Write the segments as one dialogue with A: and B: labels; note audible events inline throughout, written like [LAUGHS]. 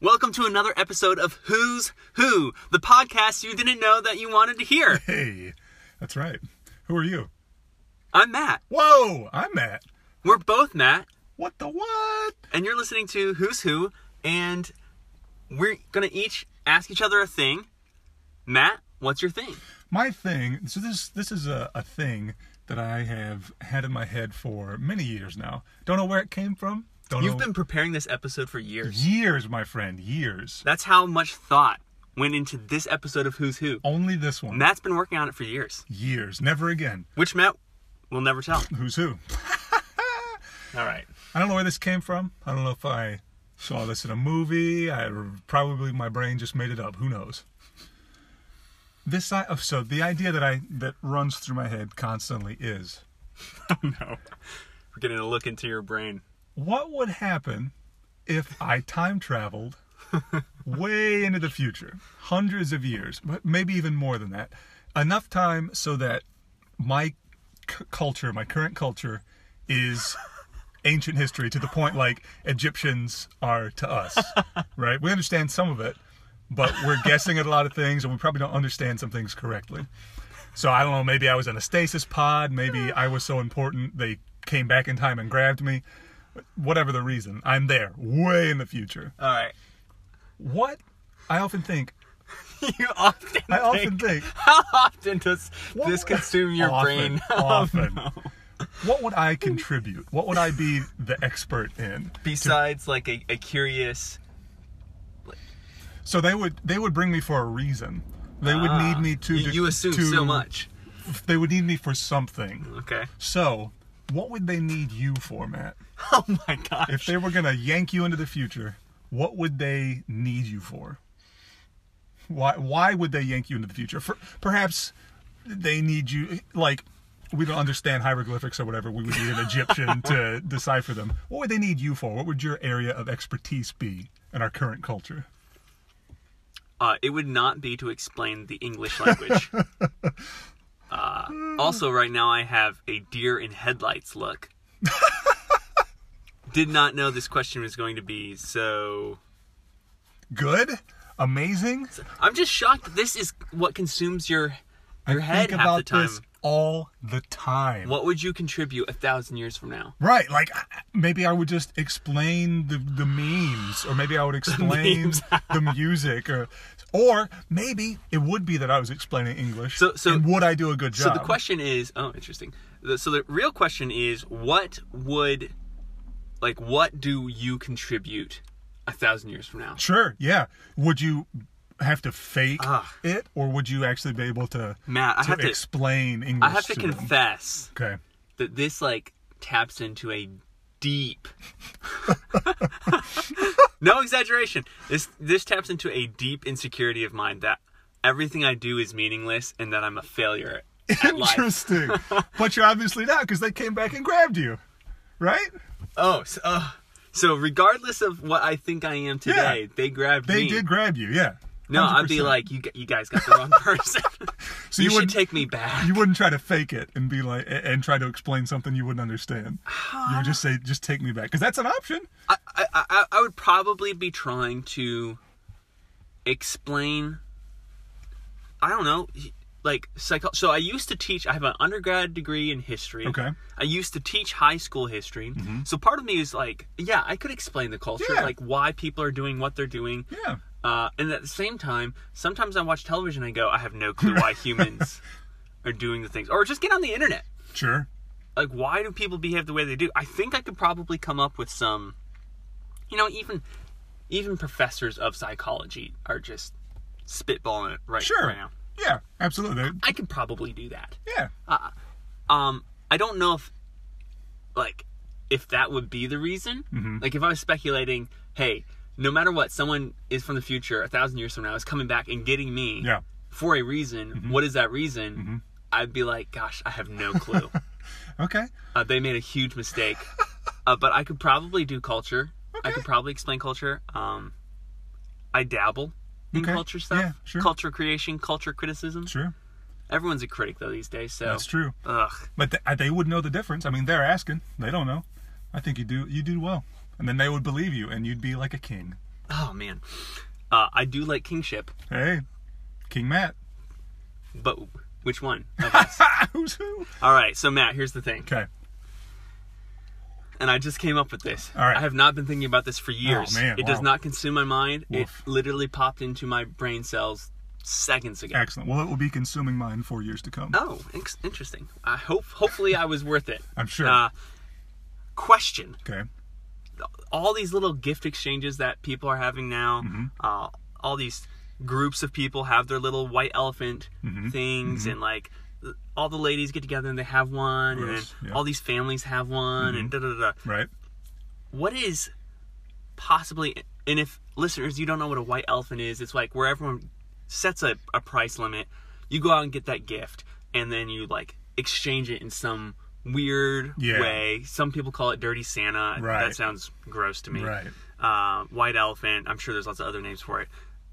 A: welcome to another episode of Who's Who, the podcast you didn't know that you wanted to hear.
B: Hey, that's right. Who are you?
A: I'm Matt.
B: Whoa, I'm Matt.
A: We're both Matt,
B: What the what?
A: and you're listening to Who's Who, and we're going to each ask each other a thing. Matt, what's your thing?
B: My thing. So this this is a, a thing that I have had in my head for many years now. Don't know where it came from. Don't
A: You've
B: know.
A: been preparing this episode for years.
B: years, my friend. Years.
A: That's how much thought went into this episode of Who's Who.
B: Only this one.
A: Matt's been working on it for years,
B: years. Never again.
A: which Matt will never tell.
B: Who's who?
A: All right.
B: I don't know where this came from. I don't know if I saw this in a movie. I probably my brain just made it up. Who knows? This I, oh, so the idea that I that runs through my head constantly is
A: no. We're getting a look into your brain.
B: what would happen if I time traveled way into the future, hundreds of years, but maybe even more than that, enough time so that my c- culture, my current culture, is ancient history to the point like Egyptians are to us, right? We understand some of it, but we're guessing at a lot of things, and we probably don't understand some things correctly. So I don't know. Maybe I was in a stasis pod. Maybe I was so important they came back in time and grabbed me. Whatever the reason, I'm there, way in the future.
A: All right.
B: What I often think,
A: [LAUGHS] You often [LAUGHS]
B: I
A: think-
B: often think,
A: How often does
B: what
A: this
B: would-
A: consume your brain?
B: often,
A: [LAUGHS]
B: Often. What would I contribute? What would I be the expert in?
A: Besides, like a, a curious.
B: So they would they would bring me for a reason. They would
A: Ah,
B: need me to
A: You, you assume
B: to-
A: so much.
B: They would need me for something.
A: Okay.
B: So, what would they need you for, Matt?
A: [LAUGHS] Oh my gosh.
B: If they were gonna yank you into the future, what would they need you for? Why why would they yank you into the future? For, perhaps they need you like we don't understand hieroglyphics or whatever. We would need
A: [LAUGHS]
B: an Egyptian to decipher them. What would they need you for? What would your area of expertise be in our current culture?
A: uh, it would not be to explain the English
B: [LAUGHS]
A: language. uh, also, right now I have a deer in headlights
B: [LAUGHS]
A: look. Did not know this question was going to be so.
B: Good, amazing.
A: I'm just shocked. that This is what consumes your your
B: I
A: head
B: think
A: half
B: about
A: the time.
B: this all the time.
A: What would you contribute a thousand years from now?
B: Right, like I- I- maybe I would just explain the the memes, or maybe I
A: [LAUGHS]
B: would explain
A: memes.
B: the, music, or or maybe it would be that I was explaining English.
A: So- so-
B: and would I do a good
A: So
B: job?
A: the question is, oh, interesting. The- So the real question is, what would, like, what do you contribute a thousand years from now?
B: sure, yeah. Would you have to fake
A: Ah.
B: it, or would you actually be able to
A: Matt, I
B: to
A: have to,
B: explain English?
A: I have to
B: to them?
A: confess
B: Okay,
A: that this like taps into a deep. [LAUGHS] no exaggeration. This this taps into a deep insecurity of mine that everything I do is meaningless and that I'm a failure
B: [LAUGHS]
A: at, at life. [LAUGHS]
B: interesting. but you're obviously not because they came back and grabbed you, right?
A: Oh, so, oh. so regardless of what I think I am today, they grabbed
B: They
A: me.
B: did grab you, yeah.
A: No, i would be
B: 100%.
A: like, you, g- you guys got
B: [LAUGHS]
A: the wrong person.
B: So
A: you,
B: you
A: should
B: wouldn't-
A: take me back.
B: You wouldn't try to fake it and be like, a- and try to explain something you wouldn't understand. You would just say, just take me back. Because that's an option.
A: I, I, I, I would probably be trying to explain. I don't know, like psycho. So I used to teach. I have an undergrad degree in history.
B: Okay. Mm-hmm.
A: I used to teach high school history. So part of me is like, yeah, I could explain the culture,
B: Yeah.
A: like why people are doing what they're doing.
B: Yeah.
A: Uh, and at the same time, sometimes I watch television. and I go, I have no clue
B: [LAUGHS]
A: why humans are doing the things, or just get on the internet
B: Sure.
A: like why do people behave the way they do i think i could probably come up with some you know even even professors of psychology are just spitballing it right,
B: Sure.
A: right now
B: Yeah. Absolutely.
A: i could probably do that
B: Yeah.
A: um i don't know if like if that would be the reason
B: Mm-hmm.
A: like if i was speculating hey no matter what someone is from the future a thousand years from now is coming back and getting me
B: Yeah. Mm-hmm.
A: for a reason what is that reason i'd be like gosh i have no
B: [LAUGHS]
A: clue
B: Okay.
A: Uh, they made a huge
B: [LAUGHS]
A: mistake, uh, but I could probably do culture. I
B: Okay.
A: could probably explain culture. Um, I dabble in
B: Okay.
A: culture stuff,
B: Yeah, sure.
A: culture creation, culture criticism.
B: Sure.
A: Everyone's a critic though these days, so
B: That's true.
A: Ugh.
B: But th- uh, they would know the difference. I mean, they're asking. They don't know. I think you do. You do well. And then they would believe you, and you'd be like a king.
A: Oh man, uh, I do like kingship,
B: Hey, King Matt.
A: but which one? of
B: [LAUGHS]
A: us?
B: Who's who?
A: All right, so Matt, here's the thing,
B: Okay.
A: and I just came up with this.
B: All right. Oh,
A: I have not been thinking about this for years.
B: man,
A: it does
B: wow.
A: not consume my mind.
B: Woof.
A: It literally popped into my brain cells seconds ago.
B: Excellent. Well, it will be consuming mine for years to come.
A: Oh, ex- interesting. I hope hopefully I was worth it.
B: I'm [LAUGHS] sure.
A: Uh, question:
B: okay.
A: All these little gift exchanges that people are having now,
B: Mm-hmm.
A: uh, all these groups of people have their little white elephant
B: Mm-hmm.
A: things, and like all the ladies get together and they have one, and
B: Yes, Mm-hmm.
A: then
B: yeah.
A: all these families have one, and da da da.
B: Right.
A: What is possibly? And if listeners, you don't know what a white elephant is, it's like where everyone sets a, a price limit. You go out and get that gift, and then you like exchange it in some weird
B: Yeah.
A: way. Some people call it dirty Santa.
B: Right.
A: That sounds gross to me.
B: Right.
A: Uh, white elephant. I'm sure there's lots of other names for it.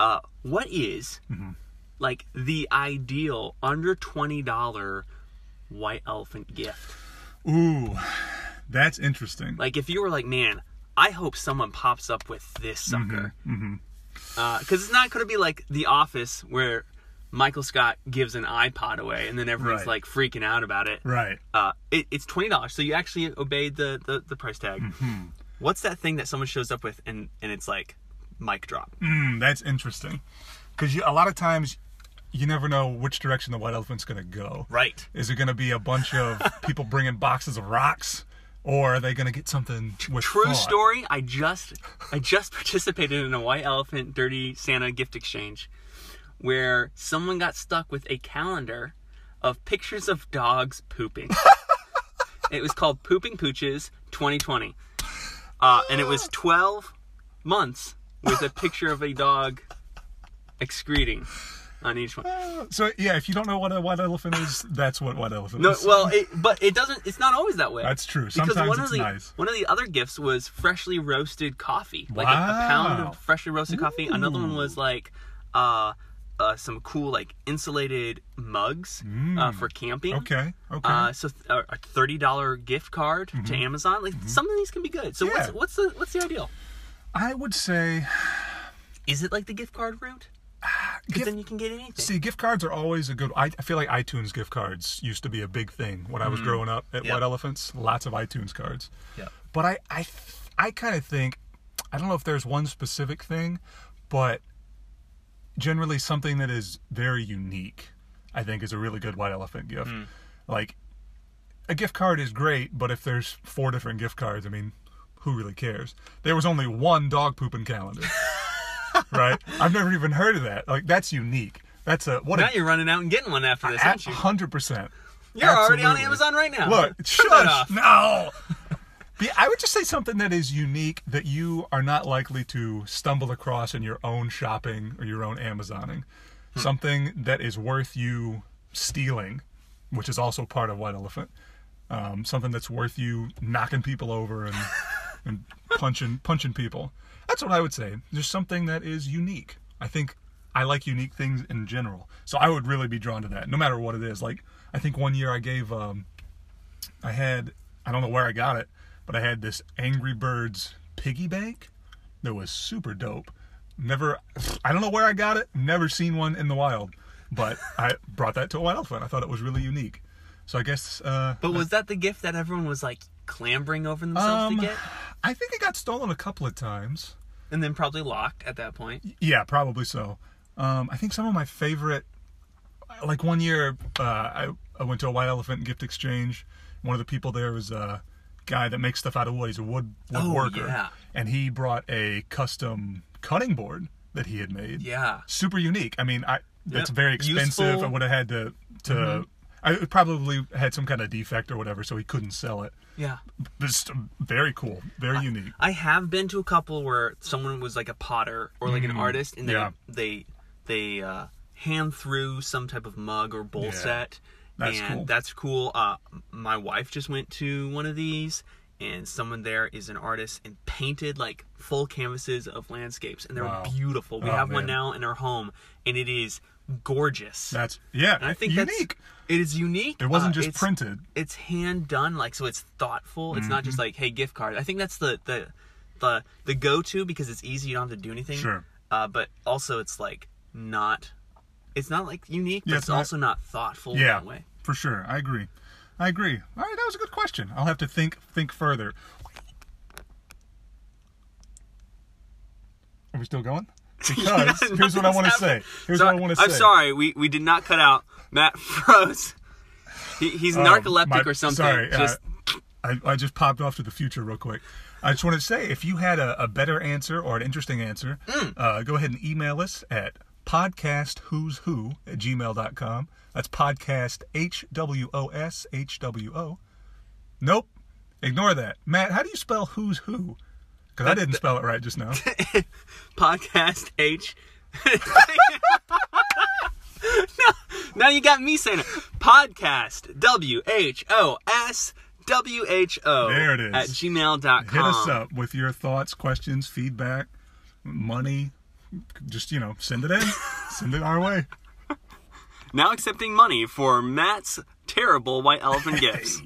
A: Uh, what is,
B: Mm-hmm.
A: like the ideal under twenty dollar white elephant gift?
B: Ooh, that's interesting.
A: Like if you were like, man, I hope someone pops up with this
B: Mm-hmm,
A: sucker, because it's not going to be like The Office where Michael Scott gives an iPod away and then everyone's
B: Right.
A: like freaking out about it.
B: right.
A: Uh, it it's twenty dollars, so you actually obeyed the the, the price tag.
B: Mm-hmm.
A: What's that thing that someone shows up with and and it's like mic drop?
B: Mm, that's interesting. Because a lot of times, you never know which direction the white elephant's going to go.
A: Right.
B: Is it going to be a bunch
A: [LAUGHS]
B: of people bringing boxes of rocks, or are they going to get something with
A: True
B: thought?
A: story. I just I just [LAUGHS] participated in a white elephant dirty Santa gift exchange where someone got stuck with a calendar of pictures of dogs pooping. it was called Pooping Pooches 2020. Uh, and it was 12 months with a picture of a dog excreting on each one.
B: So yeah, if you don't know what a white elephant is, that's what white elephant
A: No,
B: is.
A: well, it, but it doesn't. It's not always that way.
B: That's true.
A: because
B: Sometimes
A: one
B: it's
A: of the
B: nice.
A: one of the other gifts was freshly roasted coffee, like a, a pound
B: Wow.
A: of freshly roasted coffee. Another one was like uh, uh, some cool like insulated mugs uh, for camping.
B: Mm. okay. Okay. Mm-hmm.
A: Uh, so th- uh, a thirty dollar gift card to Amazon. Like some of these can be good. So
B: Yeah.
A: what's what's the what's the ideal?
B: I would say
A: Is it like the gift card route? Because
B: Ah, gift-
A: then you can get anything.
B: See, gift cards are always a good. I, I feel like iTunes gift cards used to be a big thing when I
A: Mm-hmm.
B: was growing up at
A: Yeah.
B: White Elephants. Lots of iTunes cards.
A: Yeah.
B: But I, I, I kind of think, I don't know if there's one specific thing, but generally something that is very unique. I think is a really good White Elephant gift.
A: Hmm.
B: Like, a gift card is great, but if there's four different gift cards, I mean, who really cares? There was only one dog pooping calendar.
A: [LAUGHS]
B: right? I've never even heard of that. Like that's unique. That's a what
A: Now
B: a
A: you're running out and getting one after this, aren't you?
B: hundred percent.
A: You're already on Amazon right now.
B: Look,
A: Turn that
B: shush,
A: off.
B: no. Be- I would just say something that is unique that you are not likely to stumble across in your own shopping or your own Amazoning. Something that is worth you stealing, which is also part of White Elephant. Um, something that's worth you knocking people over and and punching punching people. That's what I would say. There's something that is unique. I think I like unique things in general, so I would really be drawn to that, no matter what it is. Like I think one year I gave, um, I had, I don't know where I got it, but I had this Angry Birds piggy bank that was super dope. Never, I don't know where I got it. Never seen one in the wild, but I brought that to a wild elephant. I thought it was really unique. So I guess uh,
A: But was that the gift that everyone was like clambering over themselves
B: Um,
A: to get,
B: I think it got stolen a couple of times.
A: and then probably locked at that point?
B: Yeah, probably so. Um, I think some of my favorite, like one year, uh, I, I went to a white elephant gift exchange. One of the people there was a guy that makes stuff out of wood. He's a wood
A: Oh,
B: woodworker,
A: yeah.
B: and he brought a custom cutting board that he had made.
A: Yeah.
B: super unique. I mean, I that's
A: Yep.
B: very expensive.
A: Useful. Mm-hmm.
B: I would have had to to. I it probably had some kind of defect or whatever, so he couldn't sell it.
A: Yeah.
B: But it's very cool, very unique.
A: I have been to a couple where someone was like a potter or like an artist, and they
B: Mm, yeah.
A: they they uh, hand through some type of mug or bowl
B: Yeah.
A: set.
B: That's
A: and
B: cool.
A: that's cool. Uh, my wife just went to one of these, and someone there is an artist and painted like full canvases of landscapes, and they're
B: Wow.
A: beautiful. We
B: Oh,
A: have one
B: man.
A: now in our home, and it is gorgeous.
B: That's yeah,
A: And I think
B: unique.
A: that's it is unique.
B: it wasn't
A: Uh,
B: just
A: it's-
B: printed. Mm-hmm.
A: It's hand done, like so. It's thoughtful. It's not just like hey, gift card. I think that's the the the the go to because it's easy. You don't have to do anything.
B: Sure.
A: Uh, but also, it's like not. It's not like unique, but
B: Yeah,
A: it's,
B: it's not-
A: also not thoughtful in
B: Yeah,
A: that way.
B: for sure. I agree. I agree. All right, that was a good question. I'll have to think think further. Are we
A: [LAUGHS]
B: still going? Because here's what I want to say. Here's
A: Sorry-
B: what I want to say.
A: I'm sorry, we, we did not cut out Matt [LAUGHS] froze. He, he's
B: Um,
A: narcoleptic
B: my-
A: or something.
B: Sorry, uh,
A: Just
B: I, I just popped off to the future real quick. I just wanted to say if you had a, a better answer or an interesting answer,
A: Mm.
B: uh, go ahead and email us at podcastwho'swho at gmail.com. That's podcast H W O S H W O. Nope. Ignore that. Matt, how do you spell who's who? Because I didn't spell it right just now.
A: [LAUGHS] podcast H. [LAUGHS] no, now you got me saying it. Podcast W H O S W H O.
B: There it is.
A: At gmail.com.
B: Hit us up with your thoughts, questions, feedback, money. Just, you know, send
A: [LAUGHS]
B: it in. send it our way.
A: Now accepting money for Matt's terrible white elephant gifts.